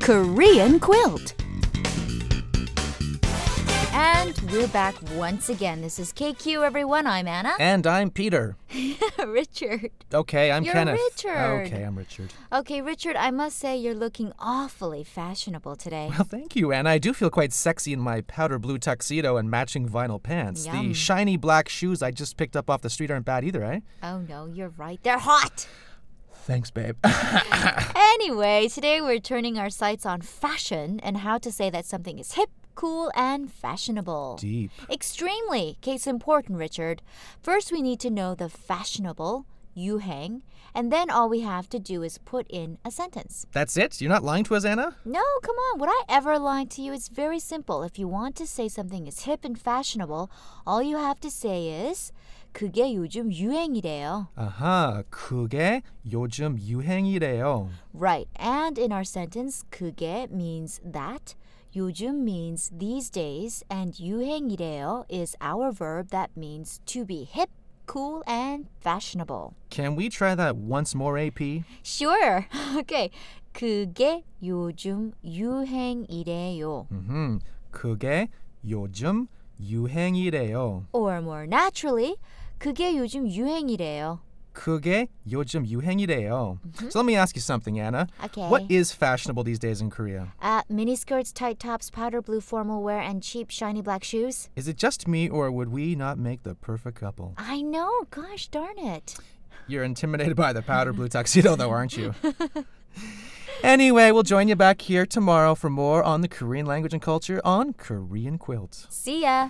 Korean quilt. And we're back once again. This is KQ, everyone. I'm Anna. And I'm Peter. Richard. Okay, I'm You're Kenneth. Richard. Okay, I'm Richard. Okay, Richard, I must say you're looking awfully fashionable today. Well, thank you, Anna. I do feel quite sexy in my powder blue tuxedo and matching vinyl pants. Yum. The shiny black shoes I just picked up off the street aren't bad either, eh? Oh no, you're right. They're hot. Thanks, babe. Anyway, today we're turning our sights on fashion and how to say that something is hip, cool, and fashionable. Deep. Extremely. Case important, Richard. First, we need to know the fashionable yuhang, and then all we have to do is put in a sentence. That's it? You're not lying to us, Anna? No, come on. Would I ever lie to you? It's very simple. If you want to say something is hip and fashionable, all you have to say is 그게 요즘 유행이래요. 아하, 그게 요즘 유행이래요. Right. And in our sentence, 그게 means that, 요즘 means these days, and 유행이래요 is our verb that means to be hip, cool, and fashionable. Can we try that once more, AP? Sure. Okay. 그게 요즘 유행이래요. Mm-hmm. 그게 요즘 유행이래요. Or more naturally, 그게 요즘 유행이래요. 그게 요즘 유행이래요. So let me ask you something, Anna. Okay. What is fashionable these days in Korea? Uh, miniskirts, tight tops, powder blue formal wear, and cheap shiny black shoes. Is it just me, or would we not make the perfect couple? I know. Gosh darn it. You're intimidated by the powder blue tuxedo, though, aren't you? anyway, we'll join you back here tomorrow for more on the Korean language and culture on Korean Quilt. See ya.